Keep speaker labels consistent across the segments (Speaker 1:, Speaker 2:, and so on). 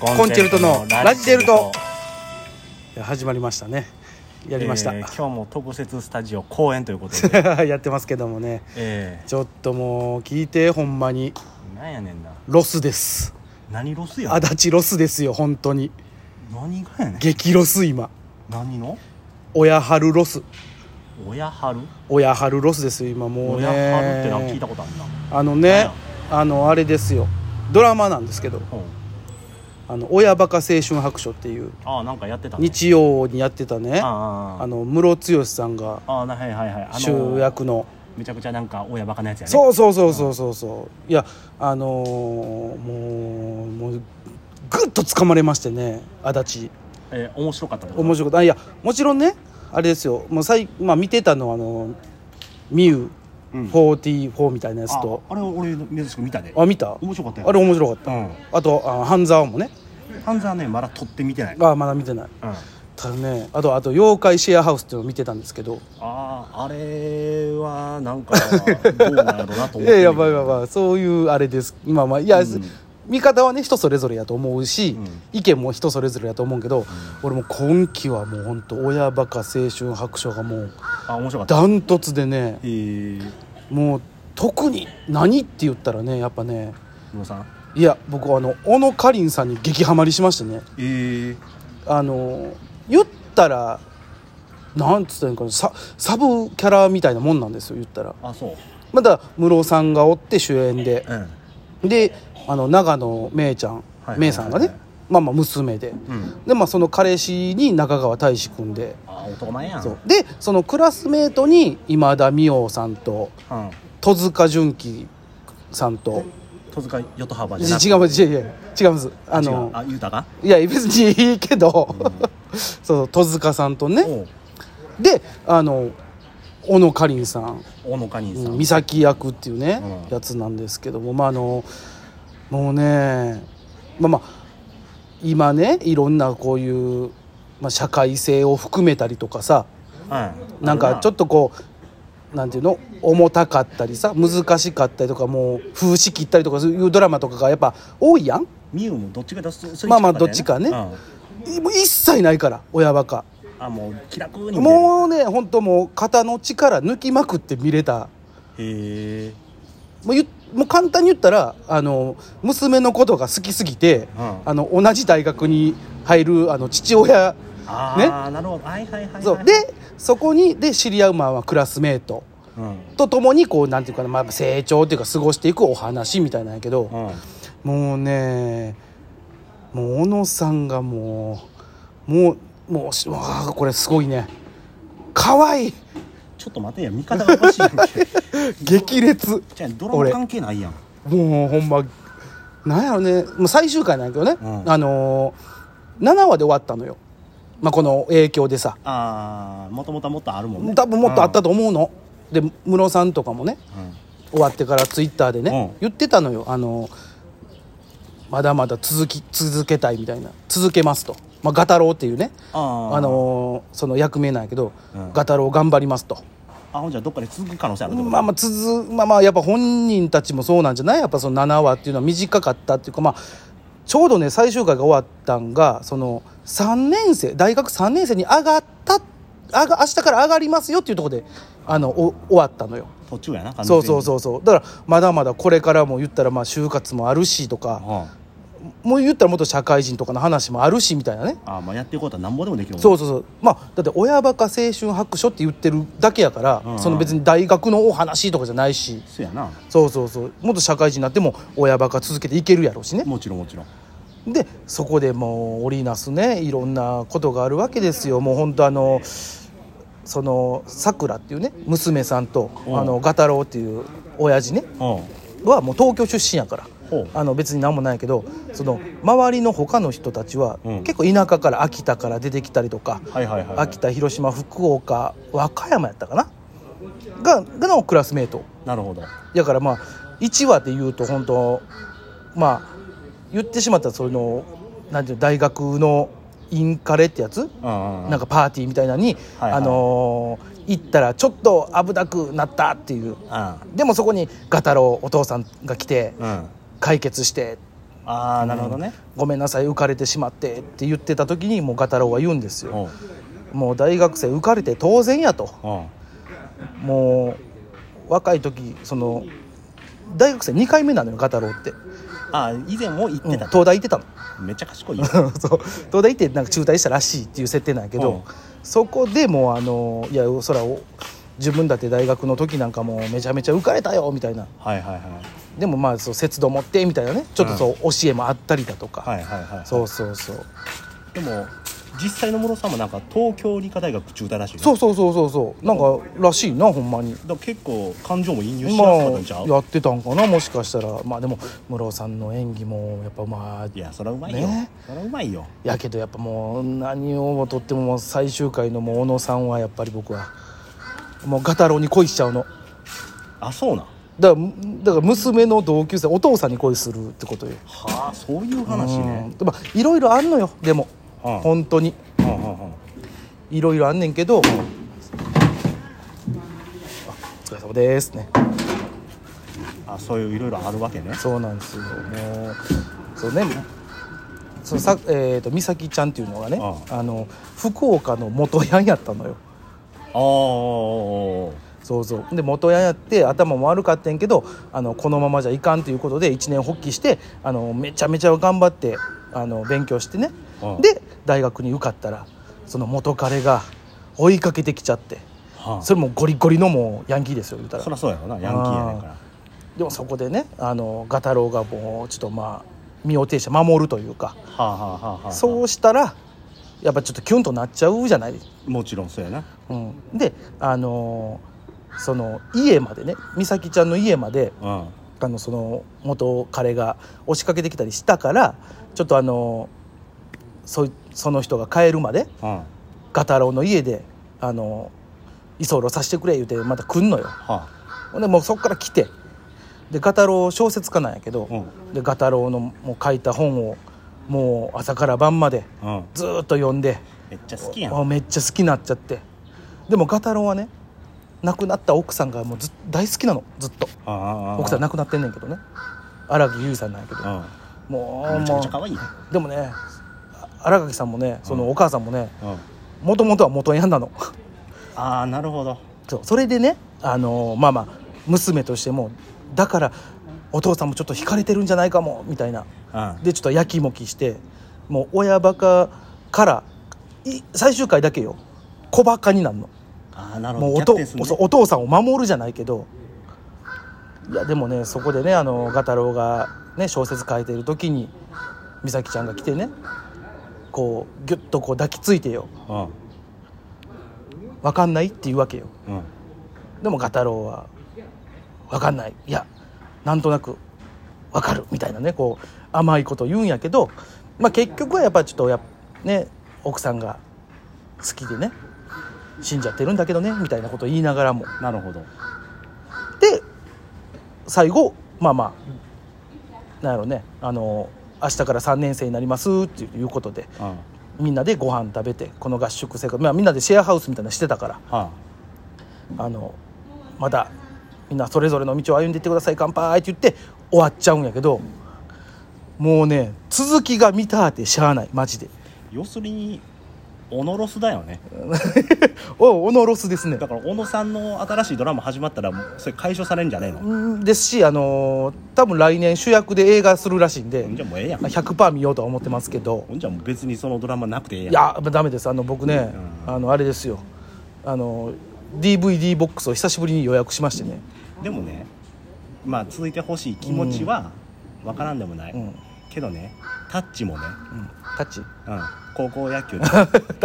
Speaker 1: コンチェルトのラジデルト始まりましたねやりました、
Speaker 2: えー今日も特設スタジオ公演ということ で、
Speaker 1: やってますけどもね
Speaker 2: え
Speaker 1: ちょっともう聞いてほんまに
Speaker 2: ー、なんやねんな
Speaker 1: ロスです
Speaker 2: 何ロスや
Speaker 1: 足立ロスですよ本当に
Speaker 2: 何がやねん
Speaker 1: 激ロス今
Speaker 2: 何の
Speaker 1: 親春ロス
Speaker 2: 親春
Speaker 1: 親春ロスですよ今もうね
Speaker 2: 親春ってなんか聞いたことあるな
Speaker 1: あの
Speaker 2: なん
Speaker 1: ね
Speaker 2: や
Speaker 1: あのあれですよドラマなんですけど
Speaker 2: うん
Speaker 1: 「あの親バカ青春白書」っていう
Speaker 2: ああなんかやってたね
Speaker 1: 日曜にやってたねあ
Speaker 2: あーあー
Speaker 1: のムロツヨシさんが
Speaker 2: あーなはいはいはいあのー
Speaker 1: 主役の
Speaker 2: めちゃくちゃなんか親バカなやつやね
Speaker 1: そうそうそうそうそうそういやあのーもうもうぐっと掴まれましてね足立
Speaker 2: えー面白かったってこと
Speaker 1: 面白いことあいやもちろんねあれですよもうさい、まあ、見てたのはあのミュ
Speaker 2: うん
Speaker 1: 44みたいなやつと、
Speaker 2: ああれ俺珍しく見たで
Speaker 1: あ見た
Speaker 2: 面白かったよ
Speaker 1: あれ面白かった、
Speaker 2: うん
Speaker 1: あとあ半沢もね
Speaker 2: 半沢ねまだ撮ってみてない
Speaker 1: あまだ見てない
Speaker 2: うん、あ
Speaker 1: ただねあとあと「妖怪シェアハウス」っていうのを見てたんですけど
Speaker 2: あーあれはなんかどうなんやろうなと思って
Speaker 1: い
Speaker 2: る
Speaker 1: やいやまあまあまあそういうあれですまあまあいや、
Speaker 2: うん
Speaker 1: 見方はね人それぞれやと思うし、
Speaker 2: うん
Speaker 1: 意見も人それぞれやと思うけど、俺もう今期はもう本当親バカ青春白書がもう
Speaker 2: あ面白かった
Speaker 1: ダントツでね
Speaker 2: えー、
Speaker 1: もう特に何って言ったらねやっぱね
Speaker 2: ムロさん
Speaker 1: いや僕あの小野かりんさんに激ハマりしましてね
Speaker 2: えー、
Speaker 1: あの言ったらなんつったらいいんかなササブキャラみたいなもんなんですよ言ったら
Speaker 2: あそう
Speaker 1: まだ室尾さんがおって主演で
Speaker 2: うん
Speaker 1: であの長野めいちゃん
Speaker 2: はいはいはい
Speaker 1: めいさんがねまあまあ娘で、
Speaker 2: うん
Speaker 1: でまあその彼氏に中川大志君で
Speaker 2: あ男前やん
Speaker 1: そうでそのクラスメートに今田美桜さんと
Speaker 2: うん、
Speaker 1: 戸塚純喜さんと
Speaker 2: 戸塚ヨトハバ
Speaker 1: 違
Speaker 2: じ
Speaker 1: う
Speaker 2: ゃなく
Speaker 1: 違う違う違う違うんですあの
Speaker 2: 違うあ言うたか
Speaker 1: いや別にいいけど、 そう戸塚さんとね
Speaker 2: おう
Speaker 1: であの小野かりんさん
Speaker 2: 大野かにんさん、
Speaker 1: 美咲役っていうね、
Speaker 2: うん
Speaker 1: やつなんですけどもまああのもうねまあまあ今ねいろんなこういう、まあ、社会性を含めたりとかさ
Speaker 2: うん
Speaker 1: なんかちょ
Speaker 2: と
Speaker 1: っとこうなんていうの重たかったりさ難しかったりとかもう風刺切ったりとかそういうドラマとかがやっぱ多いやん
Speaker 2: ミウもどっちかだそそれ
Speaker 1: まあまあ
Speaker 2: 近かたよ
Speaker 1: どっちかね
Speaker 2: うん
Speaker 1: いもう一切ないから親バカ。
Speaker 2: あもう気楽に見れる
Speaker 1: もうね本当もう肩の力抜きまくって見れた
Speaker 2: へえ
Speaker 1: もうゆもう簡単に言ったらあの娘のことが好きすぎて、
Speaker 2: うん
Speaker 1: あの同じ大学に入るあの父親
Speaker 2: ああ、なるほどはいはいはい、はい、
Speaker 1: そうでそこにで知り合うまあまあクラスメート
Speaker 2: うん
Speaker 1: と共にこうなんていうかな、まあ、成長というか過ごしていくお話みたいなんやけど、
Speaker 2: うん
Speaker 1: もうねもう小野さんがもうもうもうしわあこれすごいね可愛い
Speaker 2: ちょっと待てや見方がおか しいやんけ
Speaker 1: 激烈
Speaker 2: じゃあドラマ関係ないやん
Speaker 1: もうほんまなんやろねもう最終回なんやけどね、
Speaker 2: うん
Speaker 1: あのー、7話で終わったのよ、まあ、この影響でさ
Speaker 2: ああもともとはもっとあるもんね
Speaker 1: 多分もっとあったと思うの、で室さんとかもね
Speaker 2: うん、うん
Speaker 1: 終わってからツイッターでね、
Speaker 2: うん
Speaker 1: 言ってたのよあのーまだまだ続き続けたいみたいな続けますと、まあ、ガタロウっていうね
Speaker 2: あー
Speaker 1: あのーその役名なんやけど、
Speaker 2: うん
Speaker 1: ガタロウ頑張りますと、
Speaker 2: あほんじゃどっかで続く可能性あるってこと
Speaker 1: まあまあ続まあまあやっぱ本人たちもそうなんじゃないやっぱその7話っていうのは短かったっていうかまあちょうどね最終回が終わったんがその3年生大学3年生に上がった上が明日から上がりますよっていうところであのお終わったのよ
Speaker 2: 途中やな完全
Speaker 1: そ
Speaker 2: に
Speaker 1: うそうそうそうだからまだまだこれからも言ったらまあ就活もあるしとか
Speaker 2: あ
Speaker 1: もう言ったら元社会人とかの話もあるしみたいなね
Speaker 2: あーまあやっていこうとは何ぼでもできるもん
Speaker 1: そうそうそうまあだって親バカ青春白書って言ってるだけやから、
Speaker 2: うん
Speaker 1: その別に大学のお話とかじゃないし
Speaker 2: そうやな
Speaker 1: そうそうそうもっと社会人になっても親バカ続けていけるやろうしね
Speaker 2: もちろんもちろん
Speaker 1: でそこでもう織りなすねいろんなことがあるわけですよもう本当あのそのさくらっていうね娘さんと
Speaker 2: うん
Speaker 1: あのガタロウっていう親父ね
Speaker 2: うん
Speaker 1: はもう東京出身やから
Speaker 2: ほう
Speaker 1: あの別に何もないけどその周りの他の人たちは
Speaker 2: うん
Speaker 1: 結構田舎から秋田から出てきたりとか、
Speaker 2: はいはいはい
Speaker 1: 秋田広島福岡和歌山やったかなががのクラスメート
Speaker 2: なるほど
Speaker 1: だからまあ1話で言うと本当まあ言ってしまったらそのなんていうの大学のインカレってや
Speaker 2: う
Speaker 1: つ
Speaker 2: んうん
Speaker 1: なんかパーティーみたいなのに、
Speaker 2: はいはい
Speaker 1: あのー行ったらちょっと危なくなったってい
Speaker 2: う
Speaker 1: う
Speaker 2: ん
Speaker 1: でもそこにガタロウお父さんが来て
Speaker 2: うん
Speaker 1: 解決して
Speaker 2: ああなるほどね、
Speaker 1: ごめんなさい浮かれてしまってって言ってた時にもうガタロウは言うんです
Speaker 2: うん、
Speaker 1: よもう大学生浮かれて当然やと
Speaker 2: うん
Speaker 1: もう若い時その大学生2回目なのよガタロウって、
Speaker 2: あー以前も言っ
Speaker 1: うん
Speaker 2: てた、
Speaker 1: 東大行ってたの
Speaker 2: めっちゃ賢いよ
Speaker 1: そう東大行ってなんか中退したらしいっていう設定なんやけど、
Speaker 2: うん
Speaker 1: そこでもうあのいやそらお自分だって大学の時なんかもうめちゃめちゃ浮かれたよみたいな
Speaker 2: はいはいはい
Speaker 1: でもまあそう節度持ってみたいなねちょっとそう、教えもあったりだとか、
Speaker 2: はいはいはい
Speaker 1: そうそうそう
Speaker 2: でも実際の室さんもなんか東京理科大学中退らしいね
Speaker 1: そうそうそうそうそうなんからしいなほんまに
Speaker 2: だから結構感情も引入しやす
Speaker 1: まあ
Speaker 2: かったんちゃう、
Speaker 1: やってたんかなもしかしたらまあでも室尾さんの演技もやっぱまあ
Speaker 2: いやそりゃうまいよ、
Speaker 1: ね
Speaker 2: そりゃうまいよ
Speaker 1: やけどやっぱもう何をとってももう最終回のもう小野さんはやっぱり僕はもうガタロウに恋しちゃうの
Speaker 2: あそうなん
Speaker 1: だからだから娘の同級生お父さんに恋するってことよ
Speaker 2: はあそういう話ね
Speaker 1: うんまあいろいろあんのよでも、
Speaker 2: うん
Speaker 1: 本当に
Speaker 2: うんうんうん
Speaker 1: いろいろあんねんけど、あお疲れ様ですね
Speaker 2: あそういういろいろあるわけね
Speaker 1: そうなんですよもうそうねそのさ、えー、と美咲ちゃんっていうのがね
Speaker 2: う
Speaker 1: あの福岡の元ヤンやったのよ
Speaker 2: あー
Speaker 1: そうそうで元ヤンやって頭も悪かったんやけどあのこのままじゃいかんということで一年発起してあのめちゃめちゃ頑張ってあの勉強してね
Speaker 2: うん
Speaker 1: で大学に受かったらその元彼が追いかけてきちゃって
Speaker 2: はあ
Speaker 1: それもゴリゴリのもうヤンキーですよ言うたら
Speaker 2: そりゃそうやろなヤンキーやねんから
Speaker 1: でもそこでねあのガタロウがもうちょっとまあ身を挺して守るというか
Speaker 2: はあはあはあはあ
Speaker 1: そうしたらやっぱちょっとキュンとなっちゃうじゃない、
Speaker 2: もちろんそうやな
Speaker 1: うん、であのーその家までね美咲ちゃんの家まで
Speaker 2: うん
Speaker 1: あのその元彼が押しかけてきたりしたからちょっとあのーそいその人が帰るまで
Speaker 2: うんは
Speaker 1: ガタロウの家であのー居候させてくれ言うてまた来んのよ
Speaker 2: あ
Speaker 1: ほんでもうそっから来てでガタロウ小説家なんやけど、
Speaker 2: う
Speaker 1: でガタロウのもう書いた本をもう朝から晩まで
Speaker 2: うん
Speaker 1: ずーっと読んで
Speaker 2: めっちゃ好きやん
Speaker 1: あめっちゃ好きになっちゃってでもガタロウはね亡くなった奥さんがもうずっ大好きなのずっと奥
Speaker 2: 奥
Speaker 1: さん
Speaker 2: な
Speaker 1: 亡くなってんねんけどね荒木結衣さんなんやけど
Speaker 2: う
Speaker 1: も
Speaker 2: ん
Speaker 1: う
Speaker 2: めちゃ
Speaker 1: も
Speaker 2: めちゃ可愛いね
Speaker 1: うでもねあ新垣さんもねそのお母さんもね
Speaker 2: うん
Speaker 1: もともとは元ヤンなの
Speaker 2: ああなるほど
Speaker 1: そうそれでねあのまあまあ娘としてもだからお父さんもちょっと惹かれてるんじゃないかもみたいな
Speaker 2: うん
Speaker 1: でちょっとやきもきしてもう親バカからい最終回だけよ小バカになるの
Speaker 2: ああなる
Speaker 1: も
Speaker 2: ほ
Speaker 1: う
Speaker 2: ど
Speaker 1: お
Speaker 2: 逆
Speaker 1: と
Speaker 2: 転すんね
Speaker 1: そうお父さんを守るじゃないけどいやでもねそこでねあのガタロウが、ね、小説書いてる時に美咲ちゃんが来てねこうギュッとこう抱きついてよ
Speaker 2: うん
Speaker 1: 「分かんない?」って言うわけよ
Speaker 2: うん
Speaker 1: でもガタロウは「分かんない」いやなんとなく「分かる」みたいなねこう甘いこと言うんやけど、まあ、結局はやっぱちょっとやね奥さんが好きでね死んじゃってるんだけどねみたいなこと言いながらも
Speaker 2: なるほど
Speaker 1: で最後まあまあなんやろねあの明日から3年生になりますっていうことで
Speaker 2: うんは
Speaker 1: みんなでご飯食べてこの合宿生活、まあ、みんなでシェアハウスみたいなのしてたから
Speaker 2: あ
Speaker 1: あのまたみんなそれぞれの道を歩んでいってください乾杯って言って終わっちゃうんやけどもうね続きが見たってしゃあないマジで
Speaker 2: 要するにオノロスだよね
Speaker 1: おおのろすですね
Speaker 2: だから小野さんの新しいドラマ始まったらもうそれ解消されんじゃねえの
Speaker 1: うんですしあの多分来年主役で映画するらしいんで
Speaker 2: ほんじゃもうええやん
Speaker 1: 100%見ようとは思ってますけど
Speaker 2: ほんじゃもう別にそのドラマなくてええやん
Speaker 1: いやダメですあの僕ね、
Speaker 2: うん
Speaker 1: あのあれですよあの DVD ボックスを久しぶりに予約しましてね、
Speaker 2: でもねまあ続いてほしい気持ちはわからんでもない、
Speaker 1: うん
Speaker 2: けどねタッチもね、
Speaker 1: うん、タ ッチ
Speaker 2: うん、高校野球
Speaker 1: あ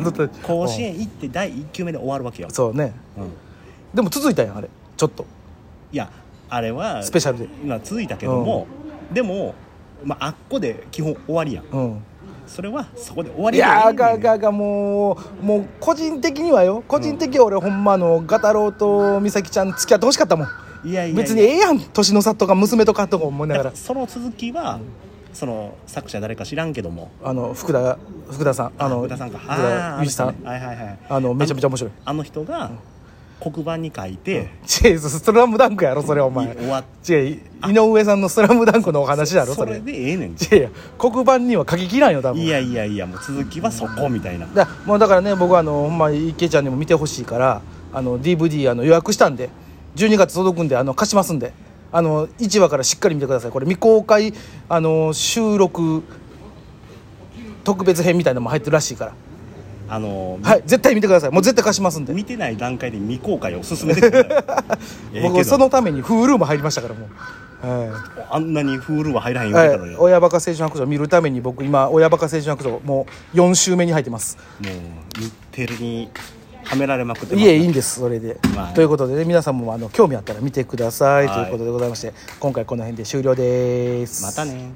Speaker 1: のタッチ
Speaker 2: 甲子園行って第1球目で終わるわけよ
Speaker 1: うん、そうね
Speaker 2: うん、い
Speaker 1: でも続いたやんあれちょっと
Speaker 2: やあれは
Speaker 1: スペシャルで
Speaker 2: まあ続いたけども、でも、まあ、あっこで基本終わりやん
Speaker 1: うん
Speaker 2: それはそこで終わ
Speaker 1: い
Speaker 2: り
Speaker 1: や
Speaker 2: や
Speaker 1: ーがががもうもう個人的にはよ個人的には俺ほんまあのガタロウと美咲ちゃん付き合ってほしかったもん
Speaker 2: いやいやいや
Speaker 1: 別にええやん年の差とか娘とかとか思いながら
Speaker 2: その続きは、その作者誰か知らんけども
Speaker 1: あの福田福田さんあの
Speaker 2: 福田さんか
Speaker 1: 福田
Speaker 2: あーあの
Speaker 1: 祐一さん
Speaker 2: 人ねはいはいはい
Speaker 1: あのめちゃめちゃ面白い
Speaker 2: あの人が、黒板に書いて、
Speaker 1: チェイススラムダンクやろそれお
Speaker 2: い
Speaker 1: 前
Speaker 2: 終わっ
Speaker 1: チェイ井上さんの「スラムダンクのお話やろそ
Speaker 2: そ
Speaker 1: れ
Speaker 2: れでええねん
Speaker 1: チェイや黒板には書ききらんよ多分
Speaker 2: いやいやいやもう続きはそこみたいな
Speaker 1: だもうだからね僕はあのほんま池ちゃんにも見てほしいからあの DVD あの予約したんで12月届くんであの貸しますんであの1話からしっかり見てくださいこれ未公開あの収録特別編みたいなのも入ってるらしいから
Speaker 2: あのー
Speaker 1: はい絶対見てくださいもう絶対貸しますんで
Speaker 2: 見てない段階で未公開を勧めてくれない ええけ
Speaker 1: 僕
Speaker 2: ど
Speaker 1: そのために Hulu も入りましたからもうは
Speaker 2: あんなにフールは入らへん
Speaker 1: い、
Speaker 2: 言われ
Speaker 1: は
Speaker 2: た
Speaker 1: い
Speaker 2: の、よ、
Speaker 1: 親バカ青春白書見るために僕今親バカ青春白書もう4週目に入ってます
Speaker 2: もう日テレにはめられまくってます
Speaker 1: いえいいんですそれで、
Speaker 2: はい
Speaker 1: ということでね皆さんもあの興味あったら見てください、
Speaker 2: はい
Speaker 1: ということでございまして今回この辺で終了です
Speaker 2: またね